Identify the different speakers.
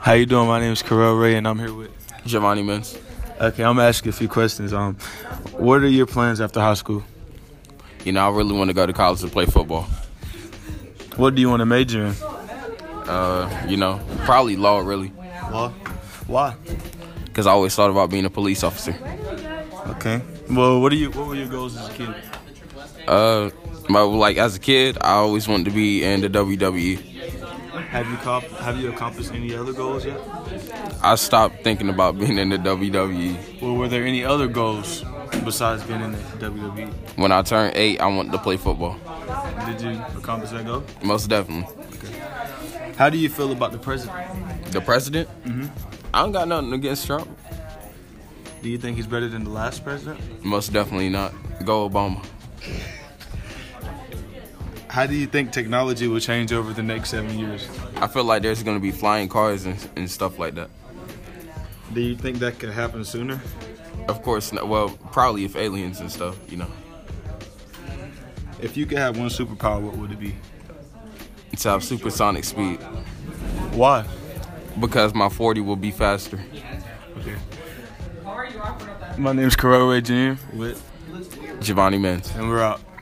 Speaker 1: How you doing? My name is Carell Ray, and I'm here with.
Speaker 2: Giovanni Mins.
Speaker 1: Okay, I'm gonna ask you a few questions. Um, what are your plans after high school?
Speaker 2: You know, I really want to go to college and play football.
Speaker 1: What do you want to major in?
Speaker 2: Uh, you know, probably law, really,
Speaker 1: Law. Why?
Speaker 2: because I always thought about being a police officer.
Speaker 1: Okay. Well, what are you? What were your goals as a kid?
Speaker 2: Uh, my, like as a kid, I always wanted to be in the E. WWE.
Speaker 1: Have you comp- Have you accomplished any other goals yet?
Speaker 2: I stopped thinking about being in the E. WWE
Speaker 1: Or were there any other goals besides being in the WWE?
Speaker 2: when I turned eight. I wanted to play football,
Speaker 1: Did you accomplish that goal?
Speaker 2: most definitely.
Speaker 1: How do you feel about the president?
Speaker 2: The president? Mm-hmm. I don't got nothing against Trump.
Speaker 1: Do you think he's better than the last president?
Speaker 2: Most definitely not. Go Obama.
Speaker 1: How do you think technology will change over the next seven years?
Speaker 2: I feel like there's gonna be flying cars and, and stuff like that.
Speaker 1: Do you think that could happen sooner?
Speaker 2: Of course, not, well, probably if aliens and stuff, you know,
Speaker 1: If you could have one superpower, what would it be?
Speaker 2: to have supersonic speed.
Speaker 1: Why?
Speaker 2: Because my 40 will be faster.
Speaker 1: Okay. My name's Carol Ray Jr. with,
Speaker 2: Giovanni Mins.
Speaker 1: and we're out.